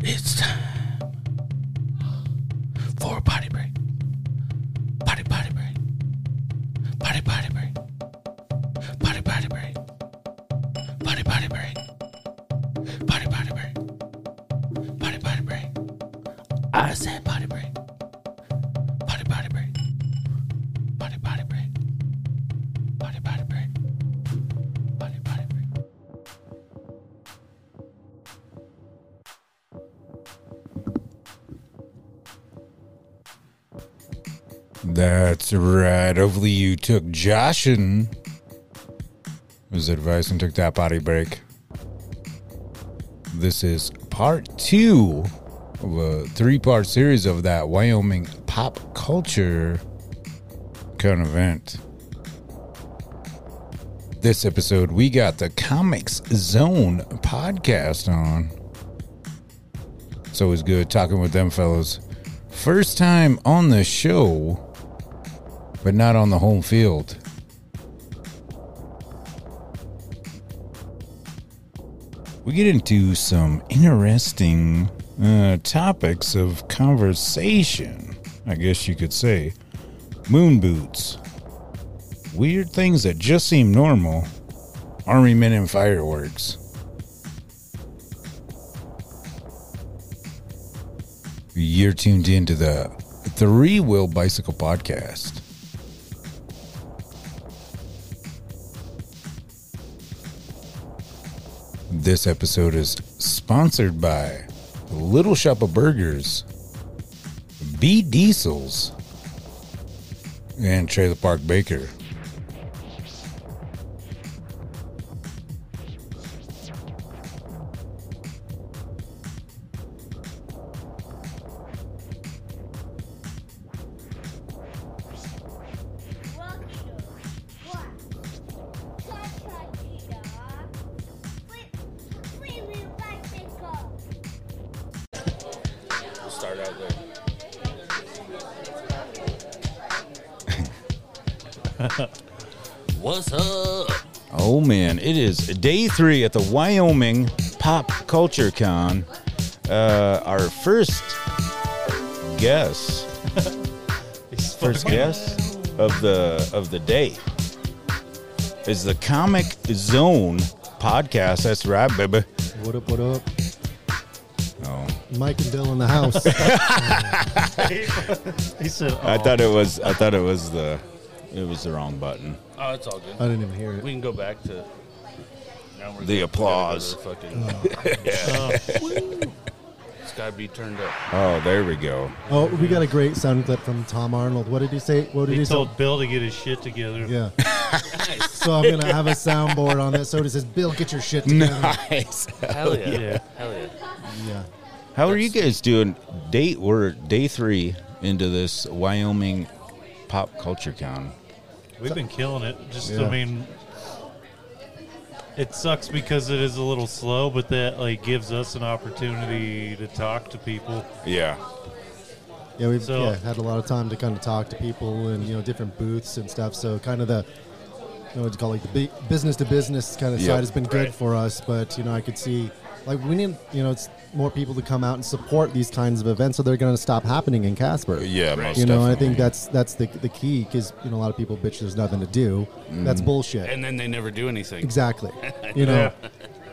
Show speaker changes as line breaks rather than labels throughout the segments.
It's time for a potty break. Potty potty break. Potty potty break. Potty potty break. Potty potty break. Potty potty break. Potty potty break. I said potty break. Potty potty break. Potty potty break. Potty potty break. Potty potty break.
That's right. Hopefully you took Joshin his advice and took that body break. This is part two of a three part series of that Wyoming pop culture current event. This episode, we got the Comics Zone podcast on. It's always good talking with them fellas. First time on the show, but not on the home field. We get into some interesting uh, topics of conversation, I guess you could say. Moon boots. Weird things that just seem normal. Army men and fireworks. You're tuned in to the Three Wheel Bicycle Podcast. This episode is sponsored by Little Shop of Burgers, B Diesels, and Trailer Park Baker.
Start out there. What's up?
Oh man, it is day three at the Wyoming Pop Culture Con. Uh, our first guest, first guest of the of the day is the Comic Zone podcast. That's right, baby.
What up, what up?
Oh,
Mike and Dell in the house.
He said,
I thought it was I thought it was the it was the wrong button.
Oh, it's all good.
I didn't even hear it.
We can go back to now we're gonna- we gotta go
The
to
applause.
Fucking, it's gotta be turned up.
Oh, there we go.
Oh, we got a great sound clip from Tom Arnold. What did he say? What did he,
he
say?
told Bill to get his shit together.
Yeah. so I'm gonna have a soundboard on that. So it says, "Bill, get your shit together."
Nice.
Hell yeah.
yeah.
Hell yeah.
Yeah.
How are you guys doing? Date we're day three into this Wyoming pop culture con.
We've been killing it. Just,
Yeah.
I mean, it sucks because it is a little slow, but that like gives us an opportunity to talk to people.
Yeah.
Yeah, we've
So-
yeah, had a lot of time to kind of talk to people and you know different booths and stuff. So kind of the you know what you call like the bu- business to business kind of
Yeah,
side has been good
right.
for us. But you know, I could see like we need you know it's more people to come out and support these kinds of events, so they're going to stop happening in Casper.
Yeah, most
you know, and I
definitely.
think that's that's the the key because you know a lot of people bitch there's nothing to do. That's bullshit.
And then they never do anything.
Exactly. You know,
Yeah.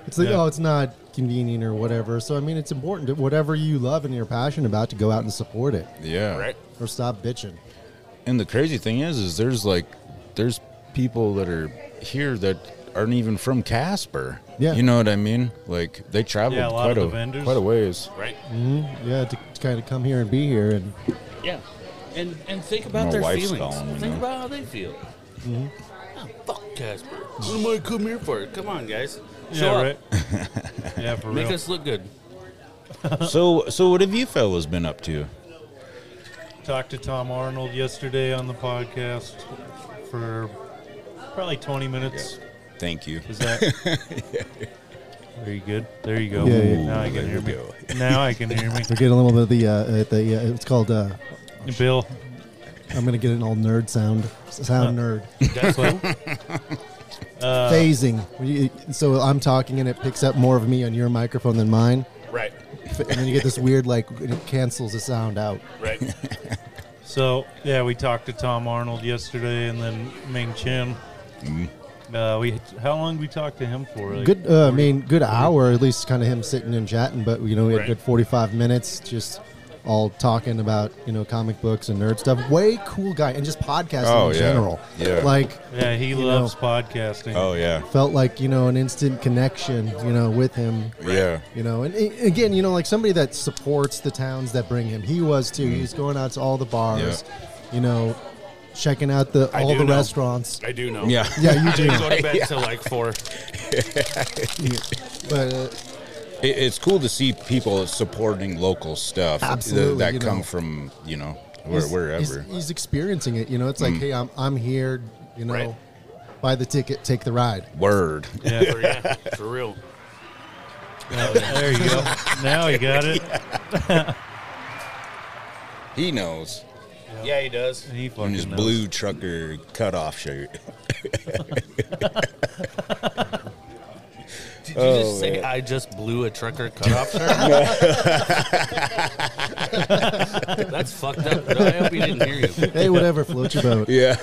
it's like,
Yeah.
oh, it's not convenient or whatever. So, I mean, it's important that whatever you love and you're passionate about to go out and support it
Yeah.
Right?
or stop bitching.
And the crazy thing is, is there's like, there's people that are here that aren't even from Casper.
Yeah.
You know what I mean? Like they traveled
Yeah, a lot
quite
of
a
the vendors.
quite a ways.
Right.
Yeah, to, to kind of come here and be here. And
Yeah. And and think about
My
their
wife's
feelings.
calling me
think
now.
about how they feel. Oh, fuck Casper. What am I come here for? Come on, guys. Show
yeah,
up.
right. yeah, for
Make
real.
us look good.
so, so what have you fellas been up to?
Talked to Tom Arnold yesterday on the podcast for probably 20 minutes.
Thank you.
Is that? Very good. There you go.
Yeah, yeah.
Now I can
There
hear
we
me.
go.
Now I can hear me.
we're getting a little bit of the, uh, uh, the uh, it's called, uh,
Bill,
I'm going to get an all nerd sound, sound nerd.
That's what
Phasing. You- So I'm talking and it picks up more of me on your microphone than mine.
right.
off, and then you get this weird like and it cancels the sound out.
Right. so yeah, we talked to Tom Arnold yesterday, and then Ming Chin.
Mm-hmm.
Uh, we how long we talked to him for? Like,
Good, uh, I mean, good hour at least, kind of him sitting and chatting. But you know, we had
Right.
good forty-five minutes just all talking about you know comic books and nerd stuff. Way cool guy, and just podcasting
Oh,
in
yeah.
general.
Yeah.
like
Yeah, he
you
loves
know.
podcasting.
Oh yeah,
felt like you know an instant connection you know with him.
yeah.
You know, and a- again, you know, like somebody that supports the towns that bring him. He was too. He was going out to all the bars, you know, checking out the
I
all
do
the
know.
restaurants.
I do know.
Yeah.
Yeah, you
I didn't
do.
go to bed till like four.
but uh,
It, it's cool to see people supporting local stuff th-
Absolutely,
that
you know.
come from you know where,
he's-
wherever.
He's, he's experiencing it. You know, it's like, hey, I'm I'm here. You know,
Right.
buy the ticket, take the ride.
Word.
Yeah,
For, yeah, for real.
there you go. Now you got it.
He knows.
Yeah, he does.
He
In
fucking
his
knows.
blue trucker cutoff shirt.
Did you
Oh,
just say I just blew a trucker cutoff shirt? That's fucked up. Bro. I hope he didn't hear you.
Hey, whatever, float your boat.
Yeah.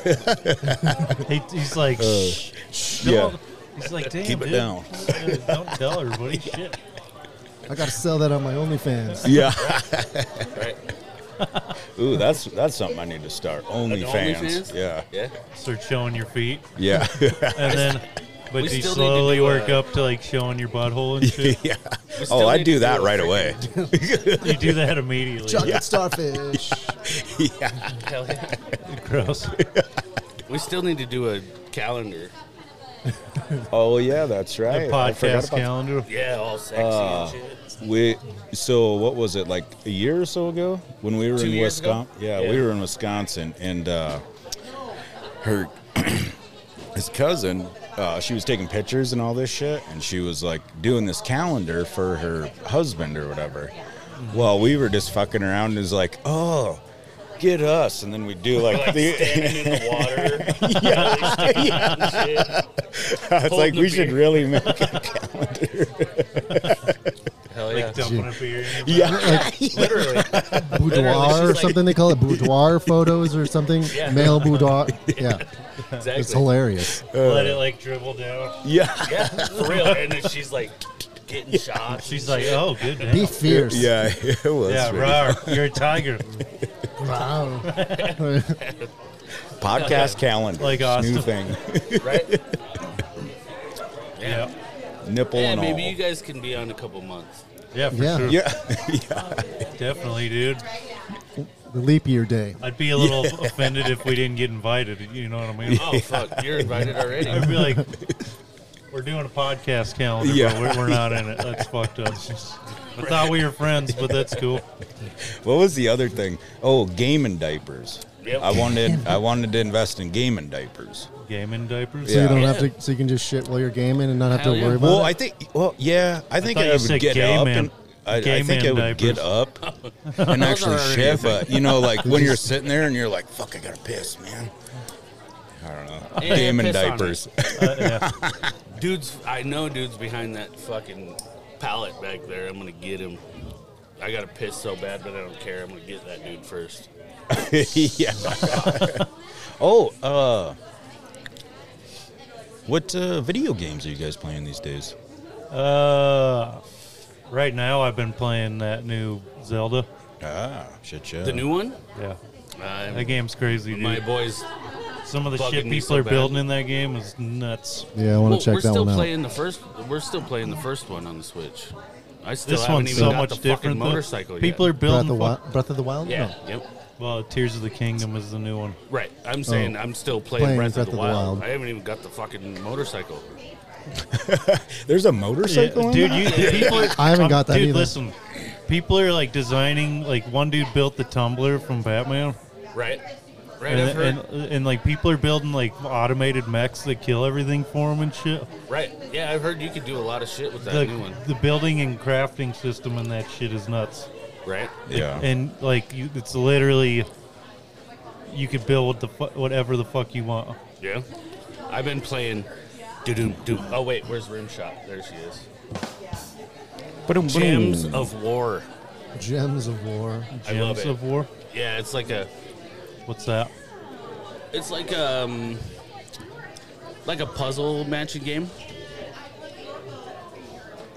He, he's like, shh, shh,
Uh, yeah.
don't." He's like, damn,
Keep it
dude.
down.
Don't tell everybody. Shit.
I got to sell that on my OnlyFans.
Yeah.
Right?
Ooh, that's that's something I need to start. OnlyFans.
OnlyFans?
Yeah.
Yeah.
Start showing your feet,
Yeah.
and then, but
We still
you
need to
slowly
do
work
uh,
a-
up to like showing your butthole and shit.
yeah.
still
Oh, I
need
do
to
that
do a
right away.
You do that immediately.
Chocolate starfish.
yeah.
Hell yeah.
Gross.
We still need to do a calendar.
Oh yeah, that's
A
right. I forgot
podcast
about that.
calendar.
Yeah, all sexy
Uh,
and shit.
We so what was it like a year or so ago when we were
Two
in
years ago?
Wisconsin? Yeah,
Yeah.
we were in Wisconsin, and uh, her his cousin, uh, she was taking pictures and all this shit, and she was like doing this calendar for her husband or whatever. Well, we were just fucking around, and it was like, oh. Get us, and then we do like,
Like
the,
standing in the water. Yeah.
it's like
holding
we
a
should
beer.
really make it.
Hell
uh,
yeah.
Dumping a beer. in your
yeah,
Literally. Literally, she's
Boudoir or
like-
something they call it. Boudoir photos or something.
Yeah.
Male boudoir. Yeah.
Exactly.
It's hilarious.
mouth. Let it like dribble down.
yeah,
Yeah, for real. And then she's like getting shot.
She's like, oh, good. damn."
Be fierce.
yeah, it was
Yeah,
really-
rawr, you're a tiger.
Wow.
podcast calendar,
Like
new
Austin.
thing,
right?
Yeah,
Yeah.
nipple
Yeah,
and
maybe
all.
you guys can be on a couple months.
yeah, for
Yeah.
sure.
yeah,
Definitely, dude.
The leap year day.
I'd be a little offended if we didn't get invited. You know what I mean?
Oh fuck, you're invited already.
I'd be like, we're doing a podcast calendar,
Yeah.
but we're, we're not in it. That's fucked up. I thought we were friends, but that's cool.
What was the other thing? Oh, gaming diapers.
Yep.
I wanted I wanted to invest in gaming diapers.
Gaming diapers.
So
Yeah.
you don't have to. So you can just shit while you're gaming and not have
Hell
to
yeah.
worry about
Well,
it.
I think well, yeah, I think
thought
I,
you
would
said
get
gay
up
man-
and I,
gay
I think
man
I would get
diapers.
up and actually
already a
shit, but you know, like when you're sitting there and you're like, "Fuck, I gotta piss, man." I don't know.
Yeah,
gaming
piss on it.
diapers.
Uh,
Dudes, I know dudes behind that fucking pallet back there. I'm gonna get him. I gotta piss so bad, but I don't care. I'm gonna get that dude first.
yeah. oh, uh, what uh, video games are you guys playing these days?
Uh, right now, I've been playing that new Zelda.
Ah, shit, yeah.
The new one?
Yeah, that
Uh,
game's crazy, dude.
my boys.
Some of the
bugging
shit
me
people
so
are
bad.
building in that game is nuts.
yeah, I want to
Well,
check
we're
that
still
one out.
playing the first. We're still playing the first one on the Switch. I still
this
haven't
one's
even
so
got
much
the fucking
different. though.
motorcycle
People
yet.
are
Breath
Oh.
of,
building.
the Wi-
fuck-
Breath of the Wild.
Yeah.
No.
Yep.
well, Tears of the Kingdom is the new one.
Right.
Oh.
I'm saying I'm still playing,
Playing
Breath, of the, Wild. I haven't even got the fucking motorcycle.
There's a motorcycle, in
dude,
that?
you the people. Are,
I haven't got that
Dude,
either.
listen, people are like designing. Like one dude built the tumbler from Batman,
Right. Right. I've
and,
heard.
and, and like people are building like automated mechs that kill everything for them and shit.
right. Yeah, I've heard you could do a lot of shit with that
The,
new one.
the building and crafting system and that shit is nuts.
Right.
Yeah.
And like you, it's literally you could build what the fu- whatever the fuck you want.
Yeah. I've been playing. Doom doom. Oh wait, where's Rimshot? There she is.
Ba-dum, ba-dum.
Gems of War.
Gems of War.
I love
Gems
it.
of War.
Yeah, it's like a
What's that?
it's like um like a puzzle matching game.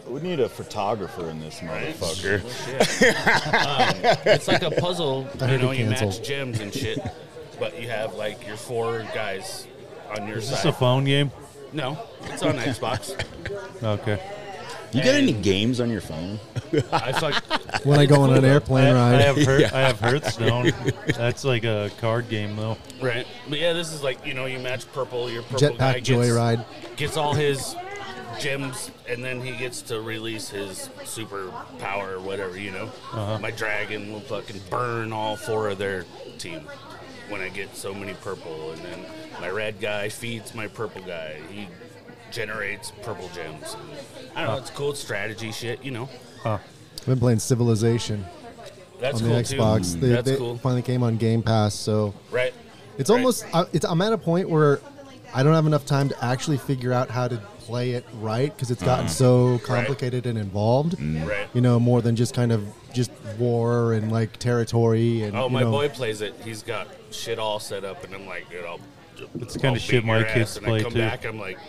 We need a photographer in this motherfucker.
Um, It's like a puzzle. you
heard
know,
it
you match
canceled.
gems and shit, but you have like your four guys on your
Is this a
side.
phone game?
no, it's on Xbox.
Okay.
You got any games on your phone?
I fuck.
When I go on an
I,
airplane
I
ride.
have Hearth, I have Hearthstone. That's like a card game though.
Right. But yeah, this is like, you know, you match purple, your purple guy
Jetpack
gets,
Joyride.
gets all his gems, and then he gets to release his super power or whatever, you know?
Uh-huh.
My dragon will fucking burn all four of their team when I get so many purple. And then my red guy feeds my purple guy. He generates purple gems. And I don't know, it's cool it's strategy shit, you know?
I've been playing Civilization
That's
on the
cool
Xbox.
too.
They,
That's
they
cool.
finally came on Game Pass, so
Right.
it's
Right.
almost I, it's, I'm at a point where I don't have enough time to actually figure out how to play it right because it's gotten so complicated and involved.
Right.
You know, more than just kind of just war and like territory and
Oh,
you
my
know,
boy plays it. He's got shit all set up, and I'm like, dude, I'll.
It's
I'll
kinda
beat
shit my
your ass.
kids
and I
play,
come
too.
back, I'm like,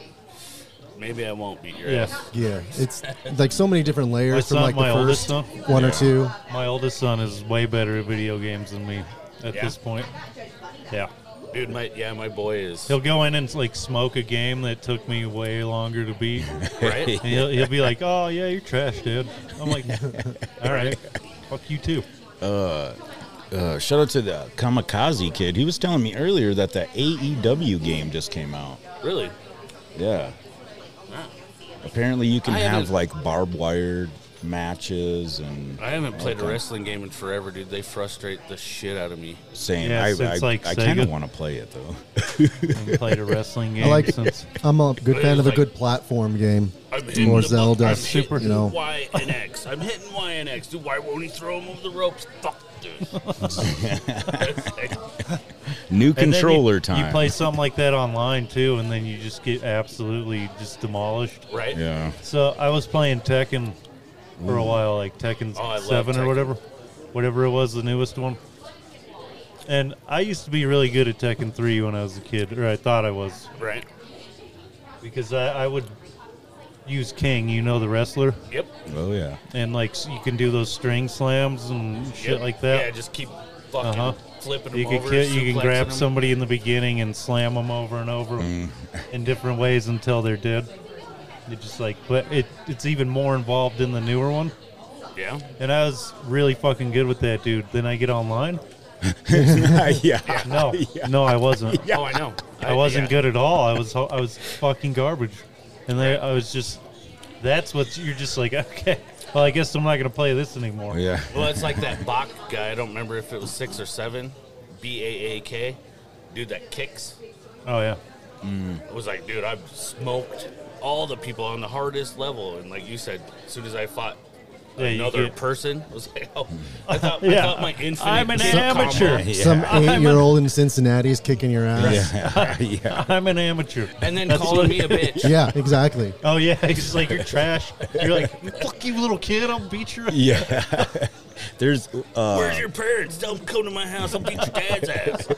maybe I won't beat your
Yeah.
ass.
Yeah, it's like so many different layers from
son-
like the
my
first
oldest
one or two.
My oldest son is way better at video games than me at
Yeah.
this point. Yeah.
Dude, my yeah, my boy is
He'll go in and like smoke a game that took me way longer to beat.
right.
And he'll, he'll be like, "Oh yeah, you're trash, dude." I'm like, "All right, fuck you too."
Uh, shout out to the Kamikaze kid. He was telling me earlier that the AEW game just came out.
really,
Yeah. Apparently, you can
I
have
haven't-
like barbed wire matches and
I haven't played a
Okay.
wrestling game in forever, dude. They frustrate the shit out of me.
same.
Yeah,
I,
so it's
I,
like
I kind of
Sega.
want to play it though.
And played a wrestling game
like-
since
I'm a good
But
fan
it's
of a
like-
good platform game.
I'm hitting
More
the bu-
Zelda,
I'm
super,
hitting
you know.
Y and X. I'm hitting Y and X. Dude, why won't he throw him over the ropes? Fuck, dude.
New
And then you-
controller time.
You play something like that online too, and then you just get absolutely just demolished.
right?
Yeah.
So I was playing Tekken for a while, like Tekken
Oh, I
Seven
love
or
Tekken.
whatever, whatever it was, the newest one. And I used to be really good at Tekken Three when I was a kid, or I thought I was,
Right.
because I, I would use King, you know, the wrestler,
Yep.
Oh yeah.
and like s- you can do those string slams and shit
Yep.
like that.
Yeah, just keep fucking
Uh-huh.
flipping
You
him
can
over.
kill, you can
suplexing
grab
him.
somebody in the beginning and slam them over and over
Mm.
in different ways until they're dead. They just like, but it it's even more involved in the newer one.
Yeah.
And I was really fucking good with that dude. Then I get online.
yeah.
No, no, I wasn't.
Oh, I know.
I wasn't
yeah.
good at all. I was ho- I was fucking garbage. And then I was just. That's what you're just like. Okay, well, I guess I'm not gonna play this anymore.
Oh, Yeah.
Well, it's like that Bach guy. I don't remember if it was six or seven. B A A K. Dude that kicks.
Oh yeah.
I was like, dude, I've smoked all the people on the hardest level. And like you said, as soon as I fought
Yeah, you
another
get-
person, I was like, oh, I thought, I
Yeah.
thought my infinite.
I'm an
combo-
amateur.
Yeah.
Some
I'm a-
eight year old in Cincinnati is kicking your ass.
Yeah. yeah.
I'm an amateur.
And then
That's
calling
what-
me a bitch.
Yeah, exactly.
Oh yeah, he's like you're trash. You're like fuck you, little kid. I'll beat your.
Yeah. There's uh,
Where's your parents? Don't come to my house. I'll beat your dad's ass.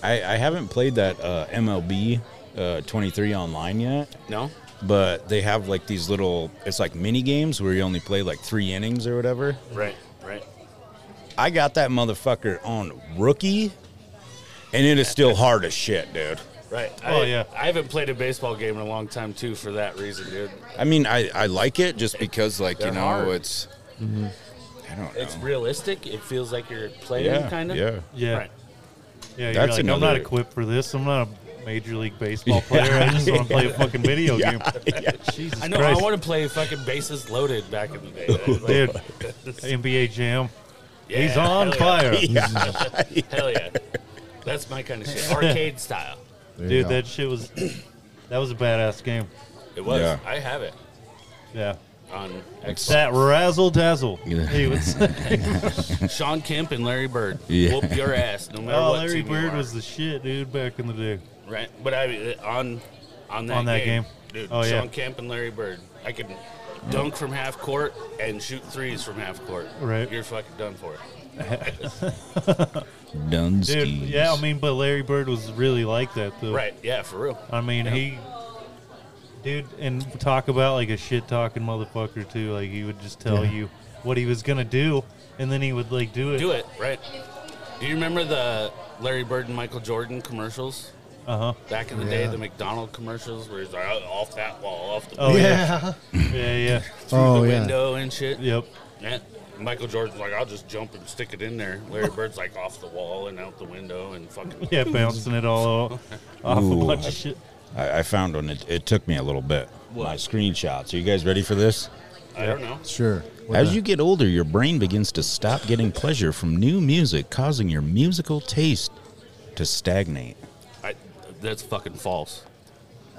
I, I haven't played that uh, MLB uh, 23 online yet,
No?
but they have like these little it's like mini games where you only play like 3 innings or whatever.
Right, right.
I got that motherfucker on rookie and it is still hard as shit, dude.
Right.
Oh,
I,
yeah.
I haven't played a baseball game in a long time, too, for that reason, dude.
I mean, I, I like it just because like, you
They're
know,
hard.
it's I don't know.
It's realistic. It feels like you're playing,
yeah,
kind of.
Yeah.
Yeah,
Right.
yeah. You're
That's
like I'm not
another-
equipped for this. I'm not a major league baseball player. I just want to play a fucking video game. Jesus
I know.
Christ,
I want to play fucking bases loaded back in the day. Like,
dude. NBA Jam.
yeah,
He's on
hell yeah.
fire,
Hell yeah. That's my kind of shit. Arcade style.
There you
dude.
go.
That shit was. That was a badass game.
It was.
Yeah.
I have it
Yeah.
on Xbox.
That razzle dazzle.
Yeah.
He was-
Sean Kemp and Larry Bird.
Yeah.
Whoop your ass no matter
oh,
what.
Larry
team you
Bird
are.
was the shit, dude, back in the day.
right. But I mean, on on that
On that
game,
game.
dude.
Oh, yeah.
Sean Kemp and Larry Bird. I could dunk from half court and shoot threes from half court.
Right.
You're fucking done for.
Dunsky.
Dude, yeah, I mean, but Larry Bird was really like that, though.
Right. Yeah, for real.
I mean, he, dude, and talk about like a shit talking motherfucker too. Like he would just tell you what he was gonna do, and then he would like do it.
Do it. Right. Do you remember the Larry Bird and Michael Jordan commercials?
Uh huh.
Back in the day,
Yeah.
the McDonald commercials where he's like, "Oh, off that wall, off the,
Oh yeah.
yeah.
Yeah yeah.
through
Oh,
the
yeah.
window and shit.
yep.
Yeah. Michael Jordan's like, I'll just jump and stick it in there. Larry Bird's like off the wall and out the window and fucking.
Yeah, bouncing it all off, off a
Ooh.
bunch of shit.
I, I found one. It, it took me a little bit. My screenshots. Are you guys ready for this?
I don't know.
Sure. What
As
the-
you get older, your brain begins to stop getting pleasure from new music, causing your musical taste to stagnate.
I, that's fucking false.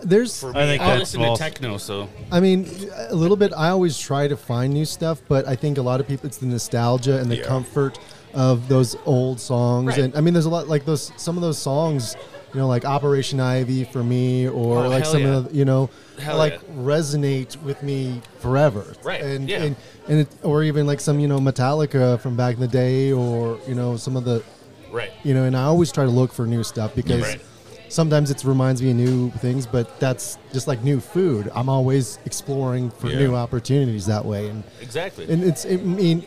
there's,
For me,
I
I,
think that's
listen
false.
to techno, so
I mean, a little bit. I always try to find new stuff, but I think a lot of people, it's the nostalgia and the
Yeah.
comfort of those old songs.
Right.
And I mean, there's a lot like those. Some of those songs, you know, like Operation Ivy for me, or
Oh,
like
hell
some
yeah.
of the, you know,
Hell
like
yeah.
resonate with me forever.
Right,
And
yeah.
and and it, or even like some you know Metallica from back in the day, or you know some of the
right.
you know. And I always try to look for new stuff because
Right.
sometimes it reminds me of new things, but that's just like new food. I'm always exploring for
Yeah.
new opportunities that way, and
Exactly.
and it's I mean.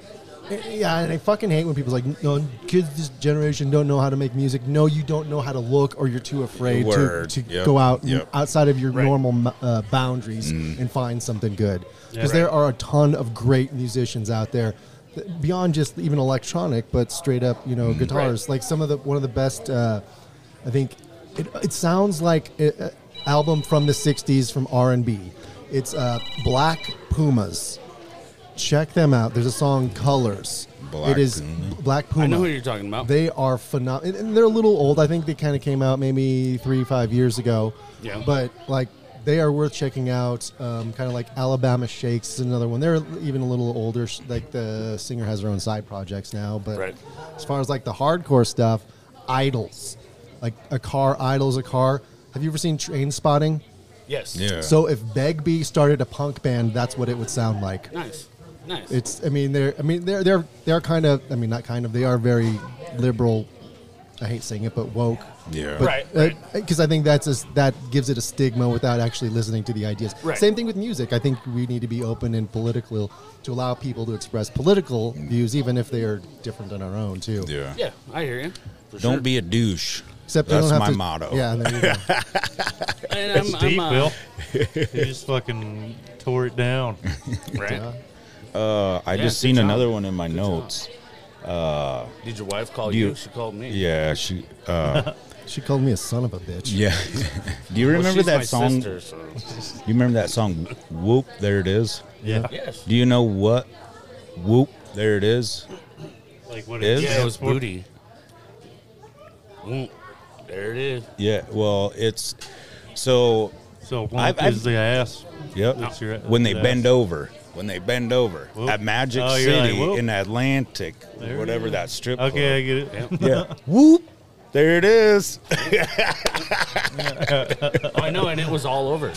Yeah, and I fucking hate when people's like, "No, kids this generation don't know how to make music." No, you don't know how to look, or you're too afraid to,
Word.
to
Yep.
go out and
Yep. Mm.
outside of your
Right.
normal uh, boundaries and find something good.
Yeah.
Because there are a ton of great musicians out there, th- beyond just even electronic, but straight up, you
Mm.
know, guitars. Like some of the one of the best. Uh, I think it, it sounds like an album from the '60s from R&B. It's uh, Black Pumas. Check them out. There's a song "Colors."
Black
it is
Puma.
Black Puma.
I know who you're talking about.
They are phenomenal, and they're a little old. I think they kind of came out maybe three, five years ago.
Yeah.
But like, they are worth checking out. Um, kind of like Alabama Shakes is another one. They're even a little older. Sh- Like the singer has her own side projects now. But
Right.
as far as like the hardcore stuff, idols, like a car idol's a car. Have you ever seen Train Spotting?
yes.
Yeah.
So if Begbie started a punk band, that's what it would sound like.
Nice. Nice.
It's. I mean, they're. I mean, they're. They're. They're kind of. I mean, not kind of. They are very liberal. I hate saying it, but woke.
Yeah.
But,
Right, right.
Because I think that's a, that gives it a stigma without actually listening to the ideas.
Right.
Same thing with music. I think we need to be open and political to allow people to express political views, even if they are different than our own too.
Yeah.
yeah, I hear you. For
Don't
sure.
be a douche.
Except you
that's
don't have
my
to-
motto.
Yeah. There you go.
And
That's
I'm- I'm,
deep,
uh,
Bill. you just fucking tore it down.
Right.
Uh, I
Yeah,
just
good
seen
job.
another one in my notes.
Did your wife call
Do
you?
you-
She called me.
Yeah. She. Uh,
she called me a son of a bitch.
yeah. Do you
Well,
remember
she's my
that song?
Sister, so.
You remember that song? Whoop! There it is.
Yeah.
yes.
Do you know what? Whoop! There it is.
Like what
Is?
it
Yeah, it was
stands for.
booty. Mm, there it is.
Yeah. Well, it's so.
So one
I've- I've-
is the ass.
Yep.
It's your-
when they
it's
bend
ass.
over. When they bend over
Whoop.
at Magic
Oh, you're
City
like, whoop.
in Atlantic,
There it
whatever
is.
that strip.
Okay, I get it.
club. Yeah. Whoop! There it is.
Oh, I know, and it was all over.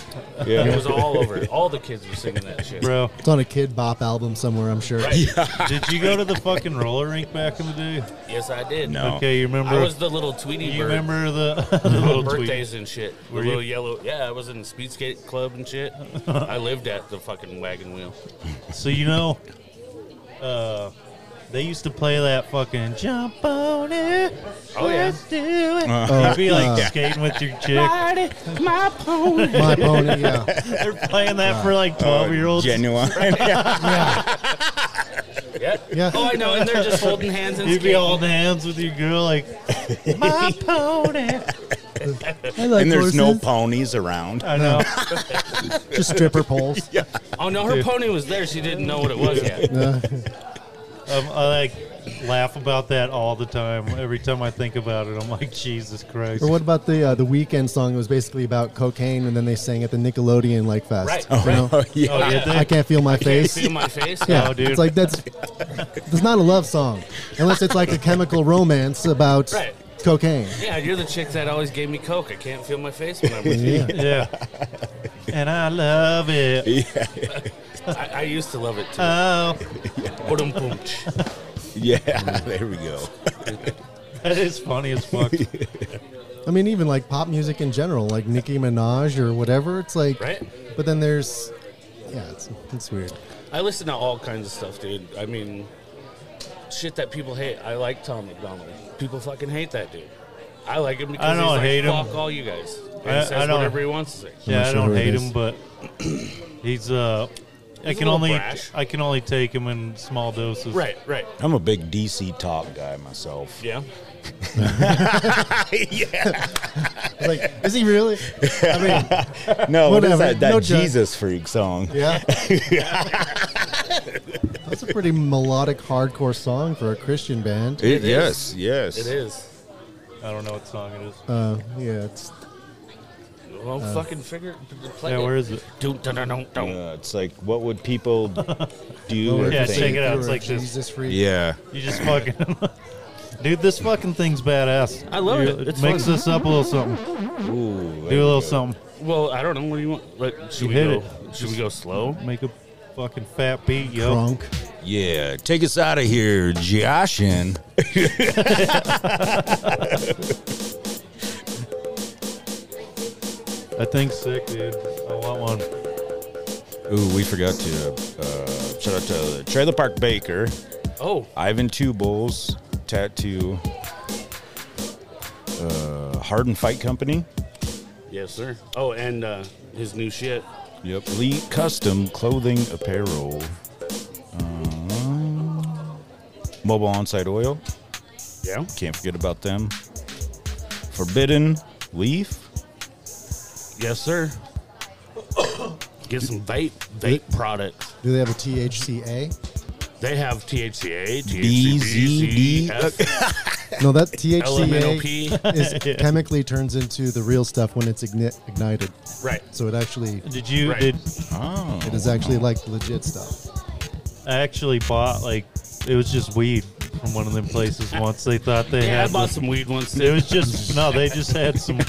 Yeah.
It was all over. All the kids were singing that shit.
Bro,
It's on a Kid Bop album somewhere. I'm sure.
did you go to the fucking roller rink back in the day?
Yes, I did.
No.
Okay, you
I
remember?
was the little Tweety
you
bird.
remember the, the little
on
tweet?
birthdays and shit. The
Were
little
you-
yellow. Yeah, I was in the speed skate club and shit. I lived at the fucking wagon wheel.
So you know, uh, they used to play that fucking jump on it.
Oh, yeah.
Let's do it.
Uh,
You'd be like
uh,
skating with your chick.
My pony. Yeah.
They're playing that for like twelve year olds.
Genuine.
Yeah.
Yeah.
Oh, I know. And they're just holding hands and
You'd be
skating.
holding hands with your girl like my pony.
I like
and there's no
horses.
ponies around.
I know.
just stripper poles.
Oh no, her pony was there. She didn't know what it was yet.
Um, I like laugh about that all the time. Every time I think about it, I'm like Jesus Christ.
Or what about the uh, the weekend song? It was basically about cocaine, and then they sang at the Nickelodeon Lake Fest.
Right.
you know?
Oh, yeah.
Oh, did they?
I can't feel my
Can you
face.
see my face?
Yeah,
Oh, dude.
it's like that's it's not a love song unless it's like a chemical romance about
Right.
cocaine.
Yeah, you're the chick that always gave me coke. I can't feel my face when I'm with you.
Yeah.
Yeah. And I love it.
I, I used to love it too.
Oh,
Ba-dum-boom-tsh.
Yeah, there we go.
that is funny as fuck.
I mean, even like pop music in general, like Nicki Minaj or whatever. It's like,
Right.
but then there's, yeah, it's, it's weird.
I listen to all kinds of stuff, dude. I mean, shit that people hate. I like Tom McDonald. People fucking hate that dude. I like him because
I don't
he's like,
hate him.
fuck all you guys. And
I-
he says
I don't-
whatever he wants to say.
Yeah,
not
I
sure
don't
who it
hate
is.
him, but he's uh, I
He's a
can
little
only
brash.
I can only take him in small doses.
Right, right.
I'm a big DC talk guy myself.
Yeah.
yeah.
It's like, is he really? I mean,
No, what is
Whatever.
that? That
No judge.
Jesus Freak song.
yeah. That's a pretty melodic hardcore song for a Christian band.
It,
It
yes,
is.
yes.
It is.
I don't know what song it is.
Uh, yeah, it's
Well, fucking figure. Play
Uh, yeah, where is it?
Dun, dun, dun, dun, dun.
Uh, it's like, what would people do? or
Yeah,
think?
check it out.
You're a
It's like this.
Jesus freak.
Yeah.
You just fucking. Dude, this fucking thing's badass.
I love
You-
it. It's
mix
fun.
this up a little something.
Ooh, there
Do
we
a
go.
little something.
Well, I don't know. What do you want? Like, should
You
we
hit
go?
it.
Should we go slow?
Make a fucking fat beat, yo.
Drunk.
Yeah, take us out of here, Joshin.
That thing's sick, dude. I want one.
Ooh, we forgot to uh, shout out to Trailer Park Baker,
Oh,
Ivan Two Bulls, Tattoo, uh, Harden Fight Company.
yes, sir. Oh, and uh, his new shit.
Yep. Lee Custom Clothing Apparel. Um, Mobile Onsite Oil.
Yeah.
Can't forget about them. Forbidden Leaf.
Yes, sir. Get some vape vape products.
Do they have a THCA?
They have THCA,
BZD.
E, THCB,
No, that THCA
LMNOP.
is chemically turns into the real stuff when it's igni- ignited.
Right.
So it actually,
Did you?
Right.
Did
Oh.
it is actually like legit stuff.
I actually bought like it was just weed from one of them places once. They thought they
Yeah,
had
I bought
this-
some weed once.
It
Too.
was just no. They just had some.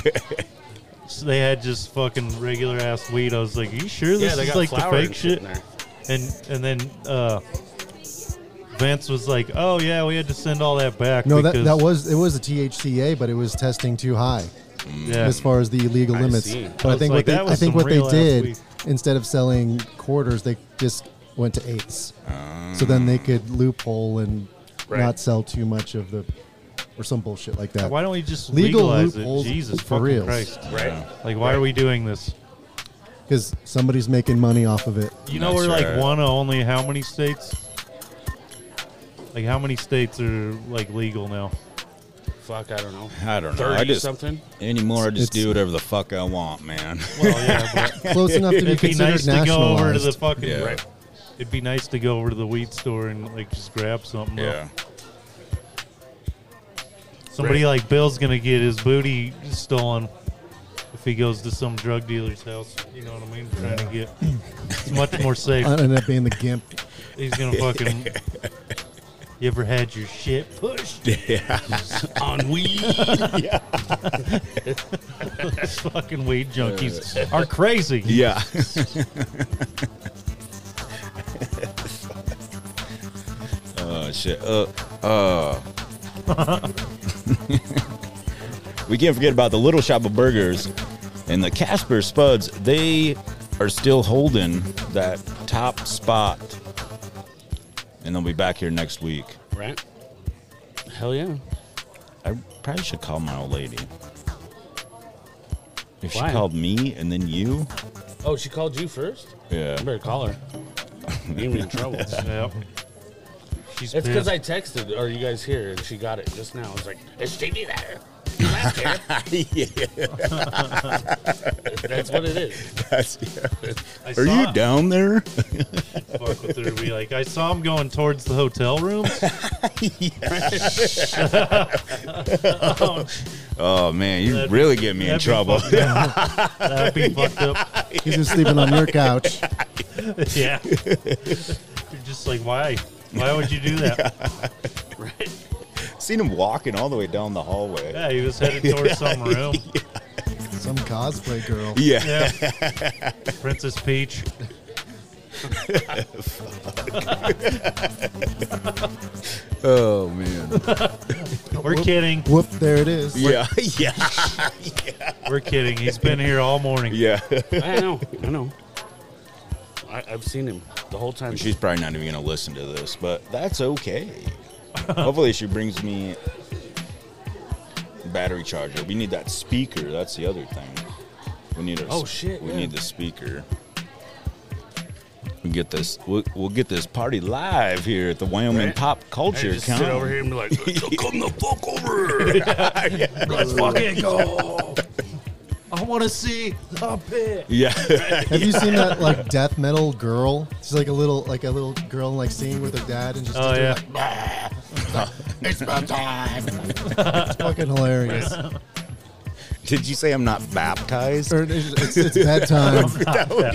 They had just fucking regular ass weed. I was like, "You sure
Yeah,
this
they
is
got
like the
flower
fake
and shit
shit?"
in there.
And and then uh, Vance was like, "Oh yeah, we had to send all that back."
No, that,
because,
that was it was a THCA, but it was testing too high.
yeah.
as far as the illegal
I
limits.
see.
But I
was
think
like,
what they,
that was
I think
some
what they
real-ass
did
weed.
instead of selling quarters, they just went to eighths. so then
Ah.
they could loophole and
Right.
not sell too much of the or some bullshit like that.
Why don't we just
Legal
legalize it?
loopholes
Jesus
for
fucking
reals.
Christ!
Right.
Like, why are we doing this?
Because somebody's making money off of it.
You know,
That's
we're like
right.
one of only how many states? Like, how many states are like legal now?
Fuck, I don't know.
I don't know.
30
I just
something.
anymore. I just
It's-
do whatever the fuck I want, man.
Well, yeah, but
Close enough to be
it'd be
considered
nice to
nationalized.
go over to the fucking.
Yeah.
Right.
It'd be nice to go over to the weed store and like just grab something. though.
yeah.
Somebody like Bill's gonna get his booty stolen if he goes to some drug dealer's house. You know what I mean? Trying to get it's much more safe.
I ended up being the gimp.
He's gonna fucking. You ever had your shit pushed?
On weed.
These fucking weed junkies are crazy.
Yeah. oh shit. Uh uh We can't forget about the Little Shop of Burgers and the Casper Spuds. They are still holding that top spot. And they'll be back here next week.
Right. Hell yeah.
I probably should call my old lady. If she
Why?
called me and then you,
Oh, she called you first.
yeah.
I better call her. You're in trouble. It's
Yep. She's
because
pissed.
I texted, "Are you guys here?" and she got it just now. I was like, "Is Stevie there?" You left here."
yeah,
That's what it is.
that's,
I
Are
saw
you
it.
down there?
fuck with her. Be like, I saw him going towards the hotel room.
Oh man, you
That'd-
really get me in
that'd be
trouble.
fucked up. That'd be fucked up.
He's just sleeping on your couch.
Yeah. You're just like, why? Why would you do that?
Seen him walking all the way down the hallway.
Yeah, he was headed towards some room.
Some cosplay girl.
Yeah.
Yeah. Princess Peach.
Oh man.
We're kidding.
Whoop, there it is.
yeah. Yeah.
We're kidding. He's been here all morning.
Yeah.
I know. I know. I, I've seen him the whole time.
She's probably not even gonna listen to this, but that's okay. Hopefully she brings me battery charger. We need that speaker. That's the other thing. We need a
Oh, shit,
We
yeah.
need the speaker. We get this. We'll, we'll get this party live here at the Wyoming
Right?
Pop
I
Culture
just sit
Con.
over here and be like, "Come the fuck over here. Let's fucking go."
I want to see the pit.
Yeah.
Have you seen that like death metal girl? She's like a little like a little girl like singing with her dad and just
Oh
just doing,
yeah.
like, fucking hilarious.
Did you say I'm not baptized?
Or it's, it's, it's bedtime.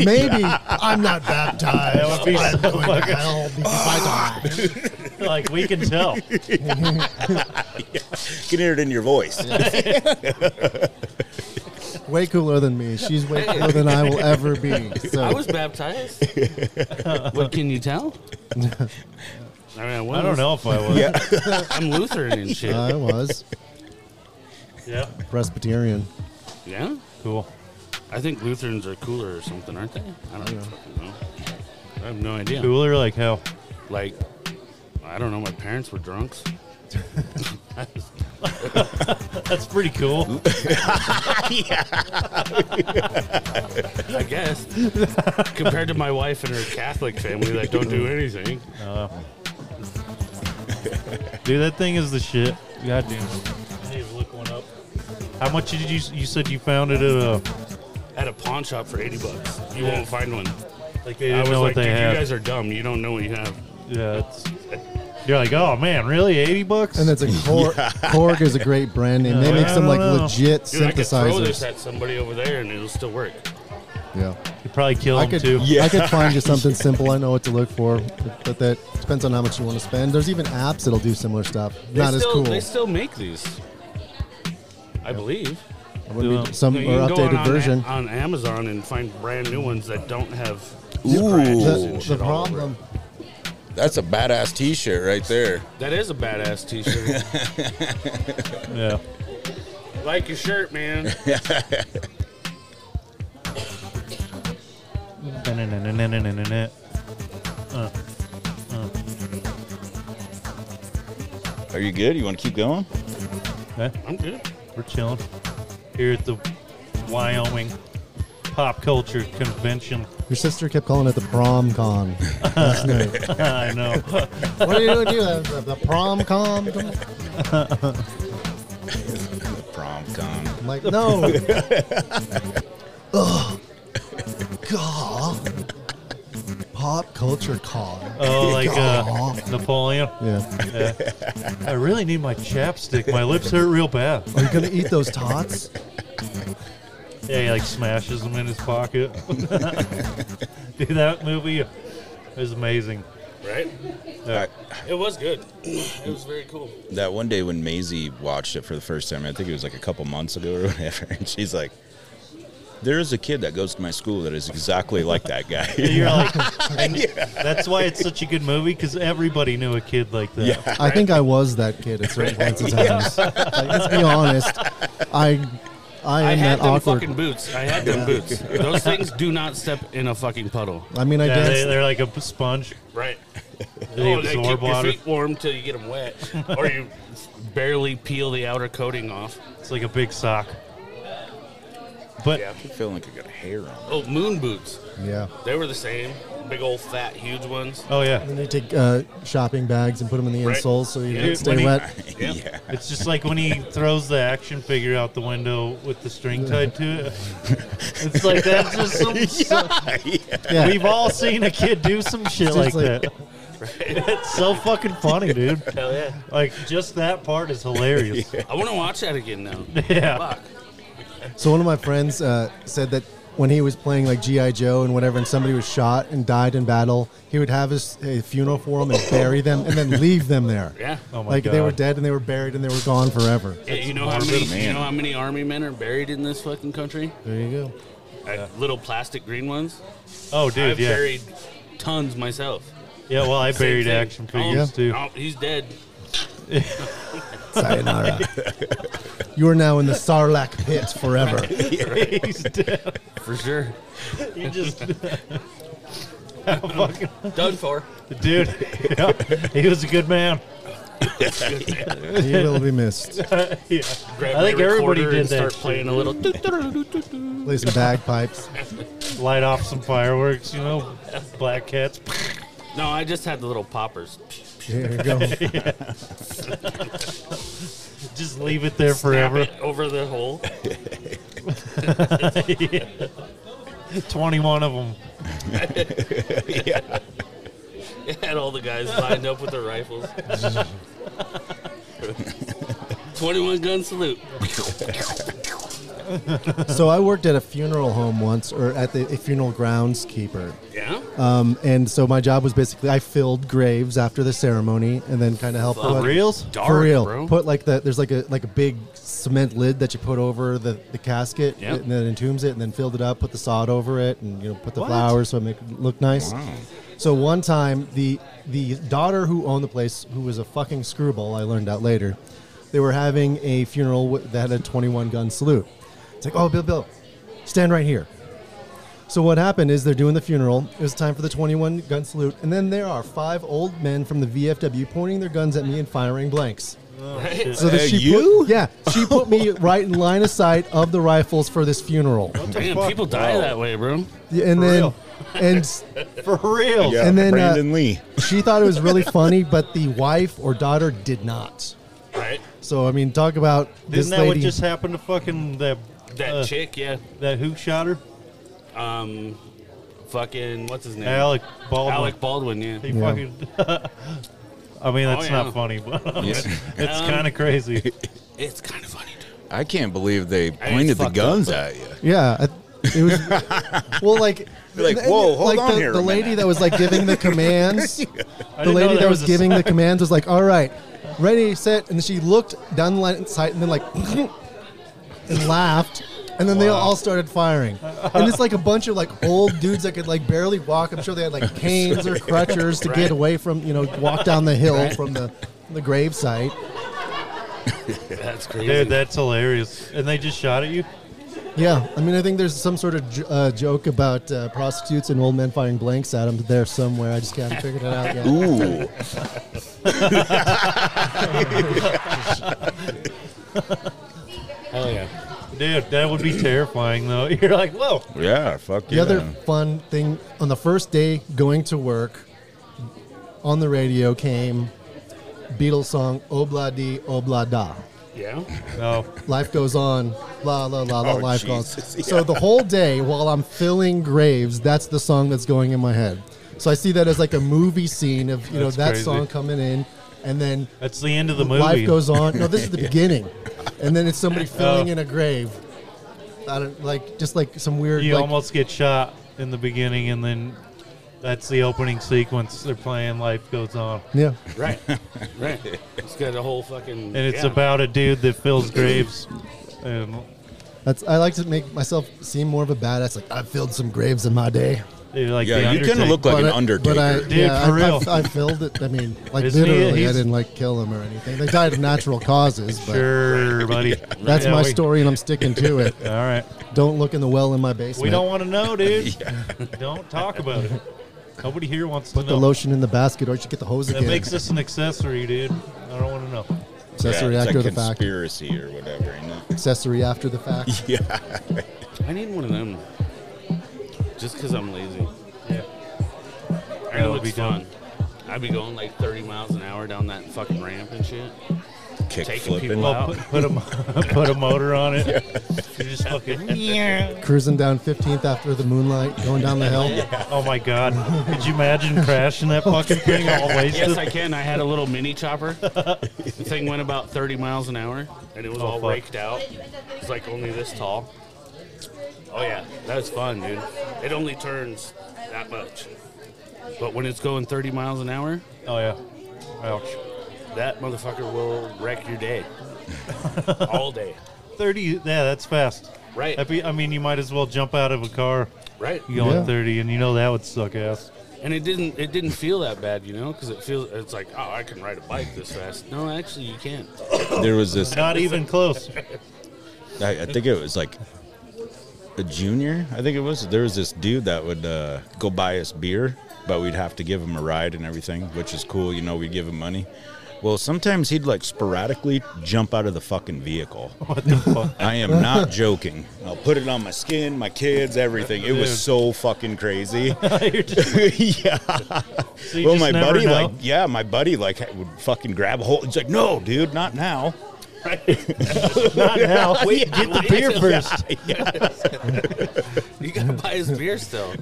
Maybe I'm not baptized.
That would be
I'm
so
going to
fucking-
hell because I died.
Like we can tell.
You can hear it in your voice.
Way cooler than me. She's way cooler than I will ever be. So
I was baptized. what can you tell? I, mean,
I don't know Uh, if I was. Yeah.
I'm Lutheran and shit.
I was Presbyterian.
yeah,
Cool.
I think Lutherans are cooler or something, aren't they? I don't fucking know. I have no idea.
Cooler like hell.
Like, I don't know. My parents were drunks.
That's pretty cool.
I guess compared to my wife and her Catholic family that don't do anything.
Dude, that thing is the shit. God damn. I need to look one up. How much did you? You said you found it at uh, a.
At a pawn shop for eighty bucks, you
Yeah.
won't find one.
Like they
I
didn't
was
know
like,
what they
"Dude,
had.
you guys are dumb. You don't know what you have.
yeah. It's, you're like, oh man, really? Eighty bucks?
And that's a Korg. Korg is a great brand name. They
Yeah,
make
I
some like
don't know.
legit
Dude, I could throw this
synthesizers.
at somebody over there and it'll still work.
Yeah.
you probably kill
I
him
could,
too.
Yeah.
I could find you something simple. I know what to look for, but that depends on how much you want to spend. There's even apps that'll do similar stuff. Not
they
as
still,
cool.
They still make these, I believe.
It would be
Yeah.
some
You
or
can go on,
updated
on,
version.
on Amazon and find brand new ones that don't have.
Ooh.
scratches
The,
and
the
shit all over it.
problem,
That's a badass T-shirt right there.
That is a badass T-shirt.
Yeah.
like your shirt, man.
Are you good? You want to keep going?
Okay,
I'm good.
we're chilling here at the Wyoming Pop Culture Convention.
your sister kept calling it the prom con last night.
I know.
What are you going to do? The, the- the prom con? I'm
Prom con.
like, no. Ugh. God. Pop culture con.
Oh, like uh,
Aw.
Napoleon.
Yeah.
Yeah. I really need my chapstick. My lips hurt real bad.
Are you going to eat those tots?
Yeah, he like smashes them in his pocket. Dude, that movie is amazing.
Right?
Yeah.
It was good. It was very cool.
That one day when Maisie watched it for the first time, I think it was like a couple months ago or whatever, and she's like, "There is a kid that goes to my school that is exactly like that guy."
You're like, that's why it's such a good movie because everybody knew a kid like that.
Yeah.
I think I was that kid at certain points in time. Like, let's be honest. I I am
I had
that
them
awkward.
fucking boots. I had them boots. Those things do not step in a fucking puddle.
I mean, I
Yeah, they,
danced.
they're like a sponge.
Right.
They
oh, they keep
absorb
your
water.
feet warm till you get them wet, or you barely peel the outer coating off.
It's like a big sock. But
Yeah.
I keep feeling like I got hair on.
Oh, moon boots.
yeah.
They were the same. Big old fat, huge ones.
oh yeah,
And they take uh, shopping bags and put them in the
Right.
insoles so you
Yeah,
don't
dude,
stay
when he-
wet.
Yeah.
it's just like when he throws the action figure out the window with the string tied to it. It's like that's just some.
yeah.
We've all seen a kid do some shit
Just
like,
like-
that. It's so fucking funny, dude.
Hell yeah.
Like just that part is hilarious.
I want to watch that again now.
yeah.
Fuck.
So one of my friends uh, said that when he was playing like GI Joe and whatever, and somebody was shot and died in battle, he would have his a funeral for them and bury them and then leave them there.
Yeah.
Oh my
like
god.
they were dead and they were buried and they were gone forever.
Yeah, you know how
morbid,
many you
man.
know how many army men are buried in this fucking country?
There you go.
Uh, little plastic green ones.
Oh dude,
I've
yeah.
buried tons myself.
Yeah, well, I
Same
buried
thing.
action figures
Yeah.
too.
Oh, he's dead.
Sayonara. you are now in the Sarlacc pit forever.
He's dead.
For sure.
He just
Done for.
dude. yeah, he was a good man.
He will be missed.
Yeah.
Grab
I
my
think everybody
recorder
did
and
that
Start
shit,
playing a little.
Play some bagpipes.
Light off some fireworks, you know, black cats.
No, I just had the little poppers.
Here you go.
Just leave it there
Snap
forever.
it over the hole.
21 of them.
It had all the guys lined up with their rifles. 21 gun salute.
So I worked at a funeral home once, or at the a funeral groundskeeper.
Yeah?
Um, and so my job was basically I filled graves after the ceremony, and then kind of helped.
For
put-
Reels?
Dark,
for real.
bro.
Put like the there's like a like a big cement lid that you put over the, the casket
Yep.
and then entombs it and then filled it up, put the sod over it, and you know put the
What?
flowers so it make it look nice. So one time the the daughter who owned the place, who was a fucking screwball, I learned out later, they were having a funeral wi- that had a 21 gun salute. It's like, oh, Bill, Bill, stand right here. So what happened is they're doing the funeral. It was time for the 21 gun salute, and then there are five old men from the VFW pointing their guns at me and firing blanks.
Right?
So that
Uh,
she
you?
Put, yeah, she put me right in line of sight of the rifles for this funeral,
Damn, people die that way, bro.
Yeah, and
For
then
real?
and s-
For real.
Yeah,
And then, uh,
Brandon Lee.
she thought it was really funny, but the wife or daughter did not.
Right?
So I mean, talk about this
Isn't that what
lady.
just happened to fucking that
That
uh,
chick, yeah.
that who shot her?
Um, fucking, what's his name?
Alec Baldwin.
Alec Baldwin, yeah.
He
Yeah.
fucking. I mean, that's
yeah.
not funny, but
Yeah.
it's kind of crazy.
It's kind of funny, dude.
I can't believe they
I mean,
pointed the
fucked
guns at you.
yeah. I- It was well, like,
You're like,
and- and,
"Whoa, hold
like
on
the,
here a
the lady
minute."
that was like giving the commands.
I
the
didn't know
lady
there
that was,
a
giving the commands was like, "All right, ready, set," and she looked down the line of sight and then like and laughed, and then they all started firing. And it's like a bunch of like old dudes that could like barely walk. I'm sure they had like canes or crutchers to
Right.
get away from you know walk down the hill from the the gravesite.
That's crazy.
Dude, that's hilarious. And they just shot at you?
Yeah, I mean, I think there's some sort of j- uh, joke about uh, prostitutes and old men firing blanks at them there somewhere. I just haven't figured it out yet.
Ooh.
Hell yeah.
Dude, that would be terrifying, though. You're like, whoa.
Yeah, fuck
The
yeah.
other fun thing on the first day going to work, on the radio came Beatles song "Obla Di Obla Da."
Yeah?
No.
Life goes on, la la la la.
Oh,
life
Jesus,
goes.
yeah.
So the whole day while I'm filling graves, that's the song that's going in my head. So I see that as like a movie scene of you know
That's
that
crazy.
song coming in, and then
That's the end of the movie. Oh.
life goes on. No, this is the beginning, and then it's somebody filling in a grave. I don't like just like some weird.
You
like,
almost get shot in the beginning, and then that's the opening sequence. They're playing Life Goes On.
yeah.
Right. Right. It's got a whole fucking.
And it's
yeah.
about a dude that fills graves. And
That's I like to make myself seem more of a badass. Like I've filled some graves in my day.
they're like,
yeah,
the
you kind of
Undertaker.
look like an
I,
Undertaker.
But I,
Dude,
yeah,
for
I, I-
real.
I, filled it. I mean, like
Isn't he-
literally, I
he's-
didn't like kill them or anything. They died of natural causes, but
Sure, buddy.
that's
Yeah,
my
we-
story, and I'm sticking to it.
All right.
Don't look in the well in my basement.
We don't want to know, dude. Don't talk about it. Nobody here wants
put
to
the
know.
lotion in the basket, or you should get the hose
that
again.
makes us an accessory, dude. I don't want to know.
accessory
yeah, it's
after
like
the fact.
conspiracy or whatever. isn't it?
Accessory after the fact.
Yeah.
I need one of them. Just because I'm lazy.
Yeah.
I know it's fun. I'd be going like 30 miles an hour down that fucking ramp and shit.
Kick
Taking
flipping.
people
Well,
out.
put, put a mo- put a motor on it. You're just fucking. "Meow."
Cruising down 15th after the moonlight, going down the hill.
Oh my god! Could you imagine crashing that fucking thing all wasted?
Yes, I can. I had a little mini chopper. the thing went about 30 miles an hour, and it was all
Oh, fuck.
raked out. It was like only this tall. Oh yeah, that was fun, dude. It only turns that much, but when it's going 30 miles an hour,
Oh yeah. Ouch.
that motherfucker will wreck your day, all day.
Thirty. Yeah, that's fast.
Right,
That'd be, I mean, you might as well jump out of a car.
right.
You going
Yeah.
thirty, and you know that would suck ass.
and it didn't it didn't feel that bad, you know, because it feels it's like oh I can ride a bike this fast. No, actually you can't.
There was this. I,
Not even close.
I think it was like a junior. I think it was. There was this dude that would uh, go buy us beer, but we'd have to give him a ride and everything, which is cool. You know, we'd give him money. Well, sometimes he'd like sporadically jump out of the fucking vehicle.
What the fuck?
I am not joking. I'll put it on my skin, my kids, everything. It was
Dude.
so fucking crazy.
You're just-
yeah.
so you
well,
just
my
never
buddy,
know.
like, yeah, my buddy, like, would fucking grab a hold. He's like, no, dude, not now.
not now.
Wait, get the beer
First,
You gotta buy his beer still,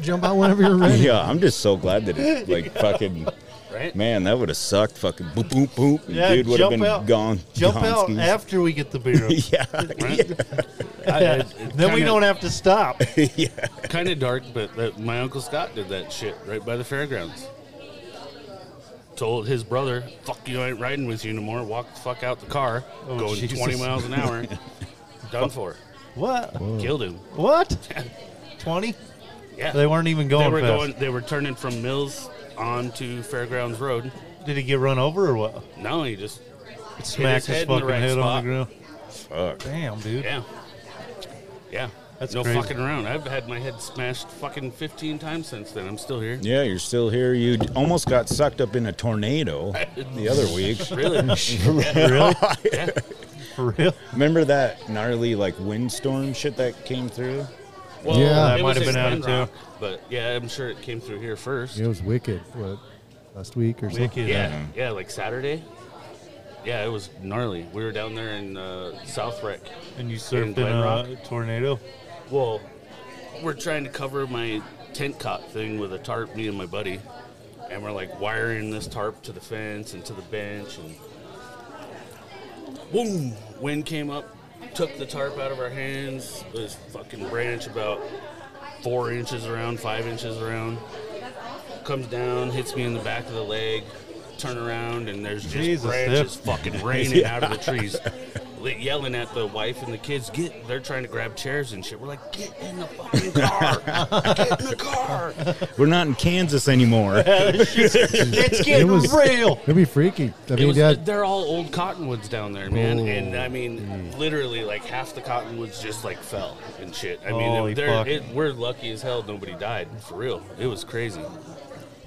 Jump out whenever you're ready.
Yeah, I'm just so glad that it, like, fucking,
right?
man, that would have sucked. Fucking boop, boop, boop. and
Yeah,
dude would have
jump
been
out-
gone.
jump out
Gonskis.
after we get the beer.
yeah.
Right? I-
Yeah.
it- it
Then we
kinda-
don't have to stop.
kind of dark, but that, my uncle Scott did that shit right by the fairgrounds. Told his brother, "Fuck you, I ain't riding with you no more. Walk the fuck out the car,
Oh,
going
Jesus.
20 miles an hour. Done for.
What?
Killed him.
What? Twenty?
Yeah,
Oh. They weren't even
They
going.
were
fast.
going. They were turning from Mills onto Fairgrounds Road.
Did he get run over or what?
No, he just
Smacked his,
head in the
fucking
right
head on
spot.
the ground.
Fuck.
Damn, dude.
yeah, yeah.
That's
no
crazy.
fucking around. I've had my head smashed fucking 15 times since then. I'm still here.
Yeah, you're still here. You d- almost got sucked up in a tornado the other week.
Really?
Really?
yeah.
For real?
Remember that gnarly like windstorm shit that came through?
Well,
Yeah.
it
That
was
might have
in
been out of
Glen Rock,
too.
But yeah, I'm sure it came through here first.
It was wicked. What last week or something?
Wicked.
Yeah, yeah, like Saturday. Yeah, it was gnarly. We were down there in uh, South Rec.
And you surfed in,
Glen Rock.
a tornado?
Well, we're trying to cover my tent cot thing with a tarp, me and my buddy, and we're like wiring this tarp to the fence and to the bench, and boom, wind came up, took the tarp out of our hands. This fucking branch about four inches around, five inches around, comes down, hits me in the back of the leg. Turn around and there's just
Jesus,
branches fucking raining out of the trees, Like, yelling at the wife and the kids. Get they're trying to grab chairs and shit. We're like, get in the fucking car, get in the car.
We're not in Kansas anymore.
It's getting
was-
real.
It'd be freaky. I
It
mean,
was-
yeah,
they're all old cottonwoods down there, man. And I mean,
Mm.
literally, like half the cottonwoods just like fell and shit. I
Holy
mean,
fuck.
they're, it, we're lucky as hell nobody died for real. It was crazy.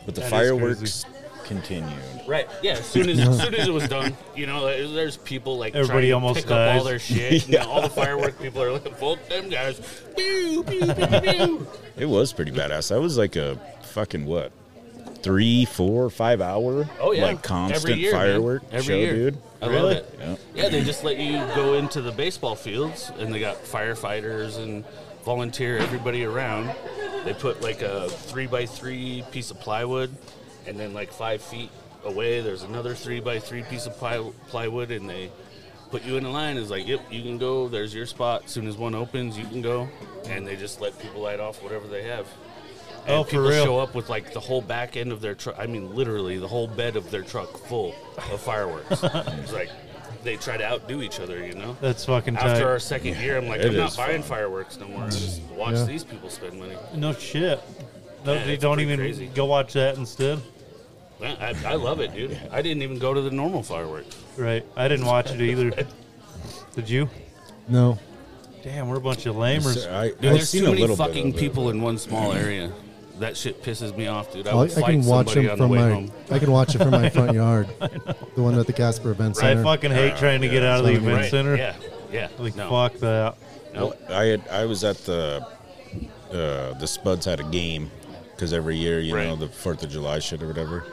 But the
That is
fireworks continued.
Right? Yeah. As soon as, as soon as it was done, you know, like, there's people like
Everybody
trying to
almost
pick up all
dies.
their shit. and all the firework people are like, "Vote them guys!" Pew, pew, pew, pew.
It was pretty badass. That was like a fucking what? Three, four, five hour?
Oh yeah,
Like constant
Every year, man.
firework
Every
show,
year.
dude.
I
Really?
love it.
Yeah.
Yeah, they just let you go into the baseball fields, and they got firefighters and volunteer everybody around. They put like a three by three piece of plywood, and then like five feet away, there's another three by three piece of ply- plywood, and they put you in a line. It's like, yep, you can go. There's your spot. Soon as one opens, you can go, and they just let people light off whatever they have. And
Oh, for
people
real?
show up with like the whole back end of their truck. I mean, literally the whole bed of their truck full of fireworks. it's like they try to outdo each other, you know.
That's fucking tight.
After our second year, I'm like,
it
I'm not
is
buying fireworks no more. I just watch
Yeah.
these people spend money.
no shit. No,
Yeah,
they
it's
don't
pretty
even
crazy.
go watch that instead.
Man, I, I love it, dude. I didn't even go to the normal fireworks.
Right. I didn't watch it either. Did you?
no.
Damn, we're a bunch of
So
lamers.
I,
Dude,
I've
there's
seen
too
a
many
little bit
fucking
of it.
people in one small area. That shit pisses me off, dude. I
I, I
would fight
can watch
somebody
them
on the
from
way
my.
home.
I can watch it from my front yard, the one at the Casper Event
I
Center.
fucking hate trying to get out of the
Right,
event
Right,
center.
Yeah, yeah.
Like,
no.
fuck that.
Nope.
I had I was at the uh, the Spuds had a game because every year you know
Right.
the Fourth of July shit or whatever.